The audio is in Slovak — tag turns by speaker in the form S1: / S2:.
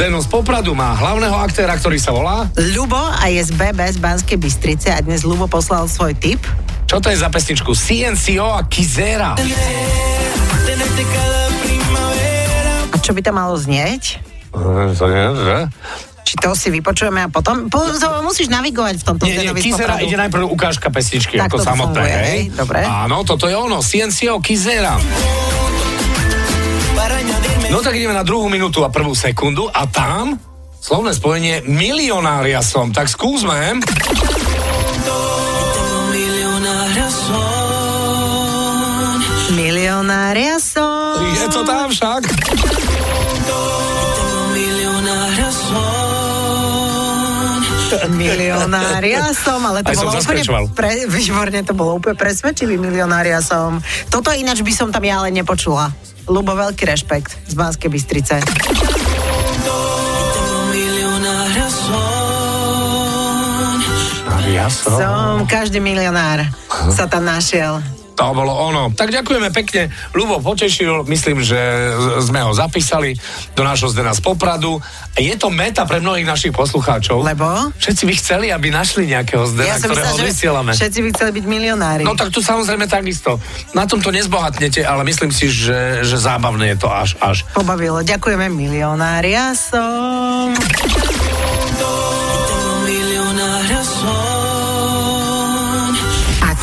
S1: Deno z Popradu má hlavného aktéra, ktorý sa volá...
S2: Ľubo a je z BBS Banskej Bystrice a dnes Ľubo poslal svoj tip.
S1: Čo to je za pesničku? CNCO a Kizera.
S2: A čo by to malo znieť?
S1: Hm, To nie, že?
S2: Či to si vypočujeme a potom... Po, to musíš navigovať v tomto
S1: Nie, nie,
S2: Zdenovi z
S1: Kizera
S2: Popradu.
S1: ide najprv ukážka pesničky,
S2: Tak
S1: ako
S2: to
S1: samotné,
S2: funguje,
S1: hej?
S2: hej, dobre.
S1: Áno, toto je ono, CNCO Kizera. No tak ideme na druhú minútu a prvú sekundu a tam slovné spojenie milionária som. Tak skúsme.
S2: Milionária som.
S1: Je to tam však.
S2: Milionária som, ale to
S1: Aj som
S2: bolo úplne
S1: zaskečoval.
S2: pre, výborne, to bolo úplne presvedčivý milionária som. Toto ináč by som tam ja ale nepočula. Lubo, veľký rešpekt z Banskej Bystrice.
S1: Ja som.
S2: Som každý milionár sa tam našiel.
S1: To bolo ono. Tak ďakujeme pekne. Ľubo potešil, myslím, že z- sme ho zapísali do nášho zdena z Popradu. Je to meta pre mnohých našich poslucháčov.
S2: Lebo?
S1: Všetci by chceli, aby našli nejakého zdena,
S2: som
S1: Teda ktorého vysielame.
S2: všetci by chceli byť milionári.
S1: No tak tu samozrejme takisto. Na tom to nezbohatnete, ale myslím si, že, že zábavné je to až, až.
S2: Pobavilo. Ďakujeme milionária som.
S3: A